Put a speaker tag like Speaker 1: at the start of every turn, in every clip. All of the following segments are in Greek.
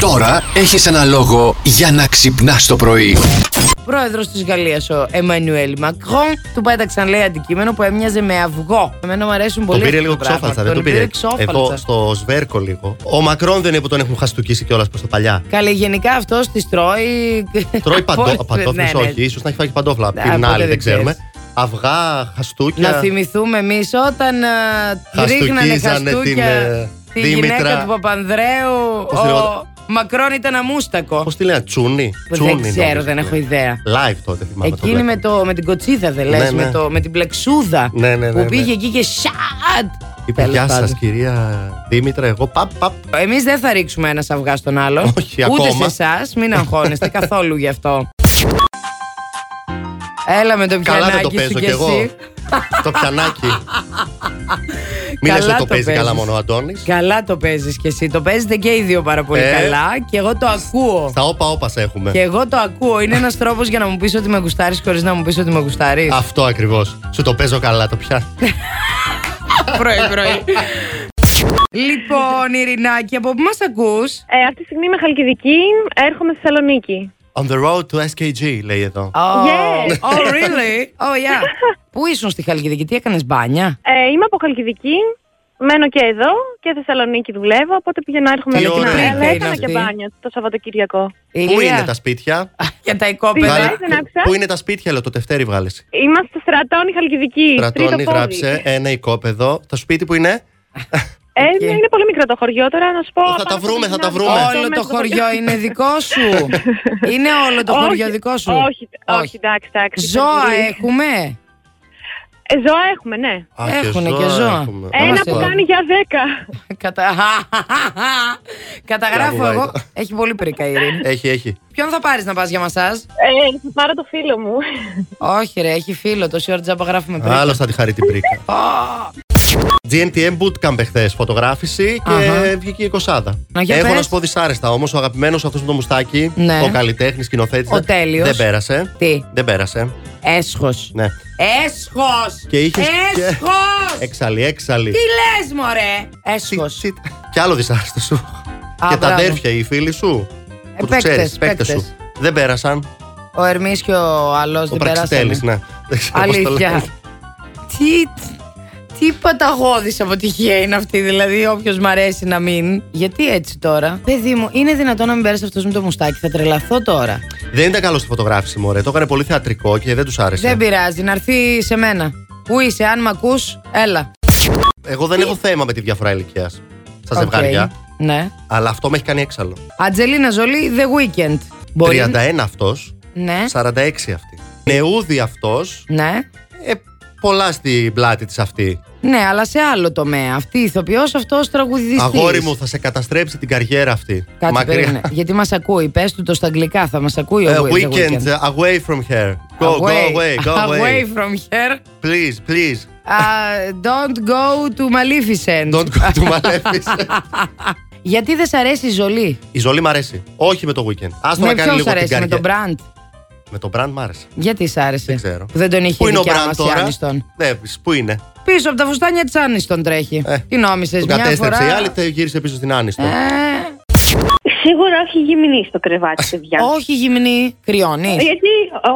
Speaker 1: Τώρα έχεις ένα λόγο για να ξυπνάς το πρωί.
Speaker 2: Πρόεδρος της Γαλλίας, ο Εμμανουέλ Μακρόν, του πέταξαν λέει αντικείμενο που έμοιαζε με αυγό. Εμένα μου αρέσουν
Speaker 3: Τον
Speaker 2: πολύ.
Speaker 3: πήρε
Speaker 2: αυτά
Speaker 3: λίγο
Speaker 2: τα πράγματα.
Speaker 3: ξόφαλτσα. Δεν
Speaker 2: Τον
Speaker 3: τον πήρε.
Speaker 2: ξόφαλτσα.
Speaker 3: Εδώ στο σβέρκο λίγο. Ο Μακρόν δεν είναι που τον έχουν χαστούκίσει κιόλας προς τα παλιά.
Speaker 2: Καλή, γενικά αυτό τη τρώει.
Speaker 3: Τρώει
Speaker 2: Πώς-
Speaker 3: παντό, παντόφλες,
Speaker 2: ναι, ναι.
Speaker 3: όχι. ίσως να έχει φάει και παντόφλα.
Speaker 2: Ναι,
Speaker 3: Απ' την
Speaker 2: ποτέ
Speaker 3: άλλη, δεν
Speaker 2: δεν ξέρεις.
Speaker 3: ξέρουμε. Αυγά, χαστούκια.
Speaker 2: Να θυμηθούμε εμείς όταν α, ρίχνανε
Speaker 3: Χαστούκίζανε την,
Speaker 2: χαστούκια
Speaker 3: ε,
Speaker 2: τη
Speaker 3: Δήμητρα.
Speaker 2: γυναίκα του Παπανδρέου.
Speaker 3: Πώς
Speaker 2: Ο
Speaker 3: τη λεγόταν?
Speaker 2: Μακρόν ήταν αμούστακο.
Speaker 3: Πώς τη λένε, Τσούνι.
Speaker 2: Δεν
Speaker 3: Τσούνι,
Speaker 2: ξέρω,
Speaker 3: νομίζω.
Speaker 2: δεν έχω ιδέα.
Speaker 3: Live τότε θυμάμαι. το
Speaker 2: Εκείνη με,
Speaker 3: βλέπαμε.
Speaker 2: το, με την κοτσίδα, δεν λες,
Speaker 3: Ναι, ναι.
Speaker 2: με, το- με την πλεξούδα.
Speaker 3: Ναι, ναι, ναι,
Speaker 2: που
Speaker 3: ναι.
Speaker 2: πήγε εκεί και σατ.
Speaker 3: Είπε γεια σα, κυρία Δήμητρα. Εγώ παπ, παπ.
Speaker 2: Εμείς δεν θα ρίξουμε ένα αυγά στον άλλον.
Speaker 3: Όχι,
Speaker 2: Ούτε
Speaker 3: ακόμα.
Speaker 2: σε εσάς, μην αγχώνεστε καθόλου γι' αυτό. Έλα με το
Speaker 3: Καλά δεν
Speaker 2: πιανάκι
Speaker 3: το
Speaker 2: σου
Speaker 3: παίζω
Speaker 2: κι
Speaker 3: κι εγώ.
Speaker 2: εσύ.
Speaker 3: Το πιανάκι. Μην λες
Speaker 2: Καλά
Speaker 3: ότι το
Speaker 2: το
Speaker 3: παίζει
Speaker 2: παίζεις.
Speaker 3: καλά μόνο ο Αντώνης.
Speaker 2: Καλά το παίζεις κι εσύ. Το παίζετε και οι δύο πάρα πολύ
Speaker 3: Ε.
Speaker 2: καλά και εγώ το ακούω.
Speaker 3: Στα όπα όπας σε έχουμε.
Speaker 2: Και εγώ το ακούω. Είναι ένας τρόπος για να μου πεις ότι με γουστάρεις χωρίς να μου πεις ότι με γουστάρεις.
Speaker 3: Αυτό ακριβώς. Σου το παίζω καλά, το πιάνω.
Speaker 2: Πρωί-πρωί. Λοιπόν, Ειρηνάκη, από πού μας ακούς.
Speaker 4: Ε, αυτή τη στιγμή είμαι Χαλκιδική, έρχομαι στη Θεσσαλονίκη.
Speaker 3: On the road to SKG, λέει εδώ.
Speaker 2: Oh.
Speaker 4: Yes.
Speaker 2: oh, really? Oh, yeah. Πού ήσουν στη Χαλκιδική, τι έκανες μπάνια.
Speaker 4: Ε, είμαι από Χαλκιδική, μένω και εδώ και Θεσσαλονίκη δουλεύω, οπότε πηγαίνω έρχομαι
Speaker 3: Τι
Speaker 4: λίγο.
Speaker 3: ωραία.
Speaker 4: Αλλά
Speaker 2: Είναι
Speaker 4: έκανα
Speaker 2: αυτή.
Speaker 4: και μπάνια το Σαββατοκύριακο.
Speaker 3: Πού
Speaker 2: Ηλία,
Speaker 3: είναι τα σπίτια,
Speaker 2: Για τα
Speaker 4: Βγάλε-
Speaker 2: οικόπεδα.
Speaker 4: δεν άκουσα.
Speaker 3: Πού είναι τα σπίτια, λέω, το Δευτέρι βγάλε.
Speaker 4: Είμαστε στρατώνη Χαλκιδική. τρίτο
Speaker 3: Στρατώνη,
Speaker 4: πόδι.
Speaker 3: γράψε ένα οικόπεδο. Το σπίτι που είναι.
Speaker 4: Ε,
Speaker 2: Εκεί.
Speaker 4: ναι, είναι πολύ μικρό το χωριό τώρα, να σου πω.
Speaker 3: Θα τα
Speaker 4: πάνω στο
Speaker 3: βρούμε, θα τα
Speaker 4: γυμνάσιο,
Speaker 3: βρούμε.
Speaker 4: αυτό
Speaker 2: Όλο
Speaker 4: μέσα
Speaker 2: το
Speaker 4: στο
Speaker 2: χωριό είναι δικό σου. είναι όλο το
Speaker 4: Όχι,
Speaker 2: χωριό δικό σου.
Speaker 4: Όχι, όχι, εντάξει, εντάξει.
Speaker 2: Ζώα
Speaker 4: Χαλκιδική.
Speaker 2: έχουμε.
Speaker 4: Ε, ζώα έχουμε, ναι.
Speaker 3: Α, και
Speaker 2: Έχουνε και ζώα.
Speaker 3: έχουμε.
Speaker 2: Άμα
Speaker 4: Ένα
Speaker 2: σε-
Speaker 4: που κάνει για δέκα.
Speaker 2: Κατα... Καταγράφω
Speaker 3: Μπράβο,
Speaker 2: εγώ.
Speaker 3: Βάιτα.
Speaker 2: Έχει πολύ πρίκα η Ειρήνη.
Speaker 3: Έχει, έχει.
Speaker 2: Ποιον θα πάρεις να πας για μασάζ.
Speaker 4: Ε, θα πάρω το φίλο μου.
Speaker 2: Όχι, ρε, έχει φίλο. Τόση ώρα τζάμπα γράφουμε πριν.
Speaker 3: Άλλο θα τη χαρεί την πρίκα. GNTM Bootcamp εχθές. Φωτογράφηση και
Speaker 2: Αχα.
Speaker 3: βγήκε η κοσάδα.
Speaker 2: Να, για
Speaker 3: Έχω
Speaker 2: πες.
Speaker 3: να σου πω δυσάρεστα όμως. Ο αγαπημένος αυτός με το μουστάκι,
Speaker 2: Ναι.
Speaker 3: ο καλλιτέχνης, σκηνοθέτης.
Speaker 2: Ο τέλειος.
Speaker 3: Δεν πέρασε.
Speaker 2: Τι.
Speaker 3: Δεν πέρασε.
Speaker 2: Έσχος.
Speaker 3: Ναι.
Speaker 2: Έσχος!
Speaker 3: Και είχες και- Ε-
Speaker 2: Έσχο!
Speaker 3: Εξαλή, εξαλή.
Speaker 2: Τι λες, μωρέ!
Speaker 3: Τσιτ,
Speaker 2: Έσχο.
Speaker 3: τσιτ. Κι άλλο δυσάρεστο σου. και τα
Speaker 2: μπράβο. Ε,
Speaker 3: αδέρφια, οι φίλοι σου. που τους
Speaker 2: παίκτες,
Speaker 3: ξέρεις, παίκτες
Speaker 2: παίκτες.
Speaker 3: σου. Δεν πέρασαν.
Speaker 2: Ο Ερμής και ο άλλο
Speaker 3: Ο
Speaker 2: δεν
Speaker 3: Πραξιτέλη,
Speaker 2: περάσανε.
Speaker 3: ναι. Δεν ξέρω πώς το
Speaker 2: Αλήθεια.
Speaker 3: λένε.
Speaker 2: Τι, τι παταγώδης αποτυχία είναι αυτή, δηλαδή όποιος μ' αρέσει να μην. Γιατί έτσι τώρα. Παιδί μου, είναι δυνατόν να μην πέρασε αυτός με το μουστάκι, θα τρελαθώ τώρα.
Speaker 3: Δεν ήταν καλό στη φωτογράφηση, μωρέ. Το έκανε πολύ θεατρικό και δεν τους άρεσε.
Speaker 2: Δεν πειράζει, να έρθει σε μένα. Πού είσαι, αν μ' ακούς, έλα.
Speaker 3: Εγώ δεν έχω θέμα με τη διαφορά ηλικίας στα
Speaker 2: Οκ.
Speaker 3: ζευγάρια.
Speaker 2: Ναι.
Speaker 3: Αλλά αυτό με έχει κάνει έξαλλο.
Speaker 2: Ατζελίνα Ζολή, The Weekend.
Speaker 3: 31 αυτός,
Speaker 2: Ναι.
Speaker 3: 46 αυτή. Νεούδη αυτός,
Speaker 2: Ναι.
Speaker 3: ε, πολλά στην πλάτη της αυτή.
Speaker 2: Ναι, αλλά σε άλλο τομέα. Αυτή η ηθοποιός, αυτός τραγουδιστής.
Speaker 3: Αγόρι μου, θα σε καταστρέψει την καριέρα αυτή.
Speaker 2: Κάτσε, περίμενε. Γιατί μας ακούει, πες του το στα αγγλικά, θα μας ακούει ο
Speaker 3: Ε,
Speaker 2: Will, The
Speaker 3: weekend away from her. Go, go away, go away.
Speaker 2: Away from here.
Speaker 3: Please, please.
Speaker 2: Uh, don't go to Maleficent.
Speaker 3: Don't go to Maleficent.
Speaker 2: Γιατί δεν σ' αρέσει η Ζολή.
Speaker 3: Η Ζολή μ' αρέσει. Όχι με το weekend. Άστο να
Speaker 2: με
Speaker 3: κάνει
Speaker 2: ποιον σ'
Speaker 3: λίγο την
Speaker 2: αρέσει, με τον
Speaker 3: καριέρα.
Speaker 2: Brand.
Speaker 3: Με τον brand μ' άρεσε.
Speaker 2: Γιατί σ' άρεσε.
Speaker 3: Δεν ξέρω.
Speaker 2: Που δεν τον είχε
Speaker 3: Πού
Speaker 2: η
Speaker 3: είναι ο
Speaker 2: δικιά
Speaker 3: brand
Speaker 2: μας η
Speaker 3: τώρα.
Speaker 2: Άνιστον.
Speaker 3: Βλέπεις, πού είναι.
Speaker 2: Πίσω από τα φουστάνια της Άνιστον τρέχει.
Speaker 3: Ε,
Speaker 2: Τι νόμισες,
Speaker 3: Τον
Speaker 2: μια
Speaker 3: κατέστρεψε
Speaker 2: φορά.
Speaker 3: η άλλη, τε- γύρισε πίσω στην Άνιστον.
Speaker 2: Ε,
Speaker 4: Σίγουρα όχι γυμνή στο κρεβάτι, παιδιά.
Speaker 2: όχι γυμνή, κρυώνεις.
Speaker 4: Γιατί,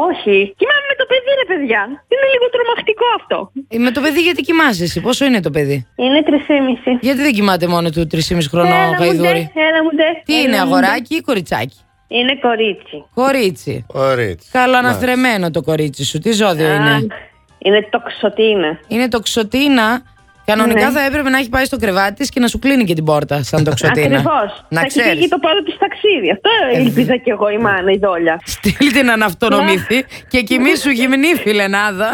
Speaker 4: όχι. Κοιμάμαι με το παιδί, ρε παιδιά. Είναι λίγο τρομακτικό αυτό.
Speaker 2: Ε, Με το παιδί γιατί κοιμάσαι εσύ, πόσο είναι το παιδί.
Speaker 4: Είναι 3,5.
Speaker 2: Γιατί δεν κοιμάται μόνο του 3,5 χρονό
Speaker 4: Ένα
Speaker 2: γαϊδούρι.
Speaker 4: Ένα μου ντε.
Speaker 2: Τι
Speaker 4: Έλα
Speaker 2: είναι,
Speaker 4: μου ντε.
Speaker 2: αγοράκι ή κοριτσάκι.
Speaker 4: Είναι κορίτσι.
Speaker 2: Κορίτσι.
Speaker 3: Ωραία.
Speaker 2: Καλαναθρεμένο το κορίτσι σου. Τι ζώδιο
Speaker 4: Α,
Speaker 2: είναι.
Speaker 4: Είναι τοξοτίνα.
Speaker 2: Είναι τοξοτίνα. Κανονικά
Speaker 4: Ναι.
Speaker 2: θα
Speaker 4: Ε,
Speaker 2: έπρεπε να έχει πάει στο κρεβάτι της και να σου κλείνει και την πόρτα σαν τοξοτίνα.
Speaker 4: Ακριβώς.
Speaker 2: Να Ε, ξέρει.
Speaker 4: ξεφύγει το πρώτο της ταξίδι. Αυτό ελπίζα κι εγώ η μάνα, η δόλια.
Speaker 2: Στείλ να αυτονομηθεί και κοιμή σου γυμνή, φιλενάδα.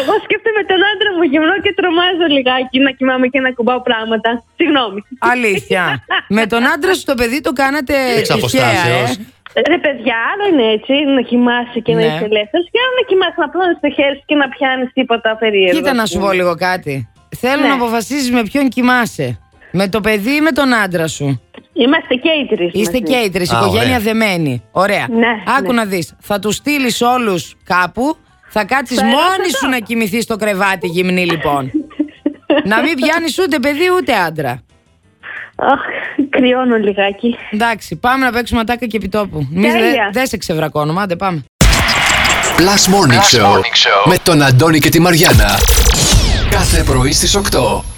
Speaker 4: εγώ σκέφτομαι τον άντρα μου γυμνό και τρομάζω λιγάκι να κοιμάμαι και να κουμπάω πράγματα. Συγγνώμη.
Speaker 2: Αλήθεια. Με τον άντρα σου το παιδί το κάνατε
Speaker 3: Εξ
Speaker 2: τυχαία, ε.
Speaker 3: αποστάσεως.
Speaker 4: Ρε παιδιά, άλλο είναι έτσι να κοιμάσαι και
Speaker 2: Ναι.
Speaker 4: να είσαι ελεύθερος και άλλο να κοιμάσαι να πλώνει το χέρι σου και να πιάνεις τίποτα περίεργο.
Speaker 2: Κοίτα να σου πω λίγο κάτι. Θέλω
Speaker 4: Ναι.
Speaker 2: να αποφασίζεις με ποιον κοιμάσαι. Με το παιδί ή με τον άντρα σου.
Speaker 4: Είμαστε και οι τρεις.
Speaker 2: Είστε και οι τρεις,
Speaker 3: Α,
Speaker 2: οικογένεια
Speaker 3: ωραία.
Speaker 2: δεμένη. Ωραία.
Speaker 4: Ναι,
Speaker 2: Άκου
Speaker 4: ναι.
Speaker 2: να δεις. Θα τους στείλεις όλους κάπου. Θα κάτσεις
Speaker 4: Πέρασα
Speaker 2: μόνη
Speaker 4: το.
Speaker 2: σου να κοιμηθείς στο λοιπόν. κρεβάτι γυμνή, λοιπόν. να μην πιάνεις ούτε παιδί ούτε άντρα.
Speaker 4: Αχ, κρυώνω λιγάκι.
Speaker 2: Εντάξει, πάμε να παίξουμε ατάκα και επιτόπου. Εμεί
Speaker 4: Τέλεια.
Speaker 2: δεν δε σε ξεβρακώνουμε, άντε πάμε.
Speaker 1: Plus Morning, Show, με τον Αντώνη και τη Μαριάνα. Κάθε πρωί στις 8.